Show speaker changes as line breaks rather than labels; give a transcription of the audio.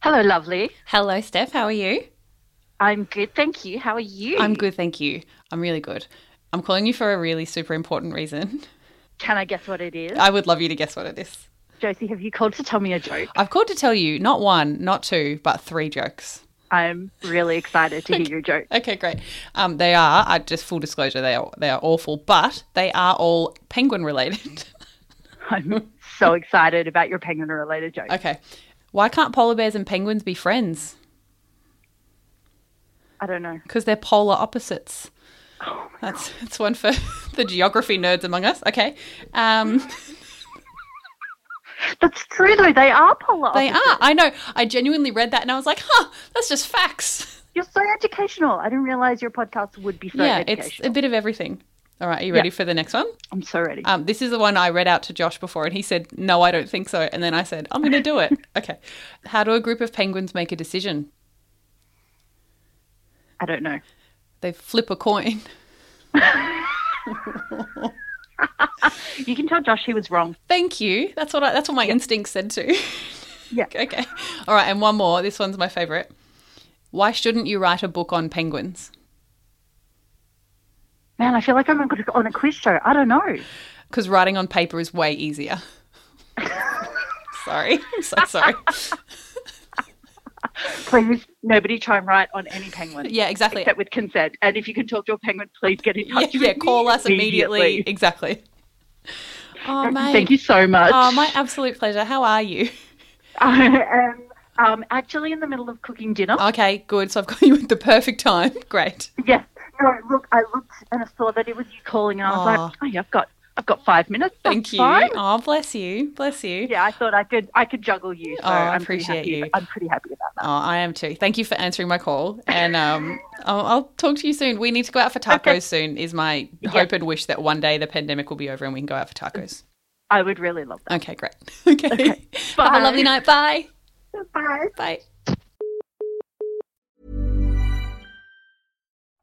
Hello, lovely.
Hello, Steph. How are you?
I'm good, thank you. How are you?
I'm good, thank you. I'm really good. I'm calling you for a really super important reason.
Can I guess what it is?
I would love you to guess what it is.
Josie, have you called to tell me a joke?
I've called to tell you not one, not two, but three jokes.
I'm really excited to hear your joke.
Okay, great. Um, they are uh, just full disclosure. They are they are awful, but they are all penguin related.
I'm so excited about your penguin related joke.
okay, why can't polar bears and penguins be friends?
I don't know.
Because they're polar opposites. that's that's one for the geography nerds among us. Okay, um,
That's true, though. They are polar.
they
opposites.
are. I know. I genuinely read that and I was like, huh, that's just facts.
You're so educational. I didn't realize your podcast would be so
yeah, it's
educational.
a bit of everything. All right, are you ready for the next one?
I'm so ready.
Um, this is the one I read out to Josh before, and he said, "No, I don't think so." And then I said, "I'm going to do it." okay. How do a group of penguins make a decision?
I don't know.
They flip a coin.
You can tell Josh he was wrong.
Thank you. That's what I, that's what my instinct said too.
Yeah.
okay. All right, and one more. This one's my favorite. Why shouldn't you write a book on penguins?
Man, I feel like I'm on a quiz show. I don't know.
Because writing on paper is way easier. sorry, I'm so sorry.
Please, nobody try and write on any penguin.
Yeah, exactly.
Except with consent. And if you can talk to a penguin, please get in
Yeah,
touch.
yeah,
with me
call us immediately. Exactly. Oh, mate.
Thank you so much.
Oh, my absolute pleasure. How are you?
uh, I am um, actually in the middle of cooking dinner.
Okay, good. So I've got you at the perfect time. Great.
yes. No, look, I looked and I saw that it was you calling, and I was
Aw.
like, oh, yeah, I've got, I've got five minutes. That's
Thank you.
fine.
Oh, bless you. Bless you.
Yeah, I thought I could, I could juggle you. So
Oh, I
I'm pretty
appreciate
happy-
you.
I'm pretty happy about that.
Oh, I am too. Thank you for answering my call. And um, I'll, I'll talk to you soon. We need to go out for tacos
Okay.
soon, is my hope and wish that one day the pandemic will be over and we can go out for tacos.
I would really love that.
Okay, great. Okay. Have a
Mm-hmm. Bye.
lovely night. Bye.
Bye.
Bye.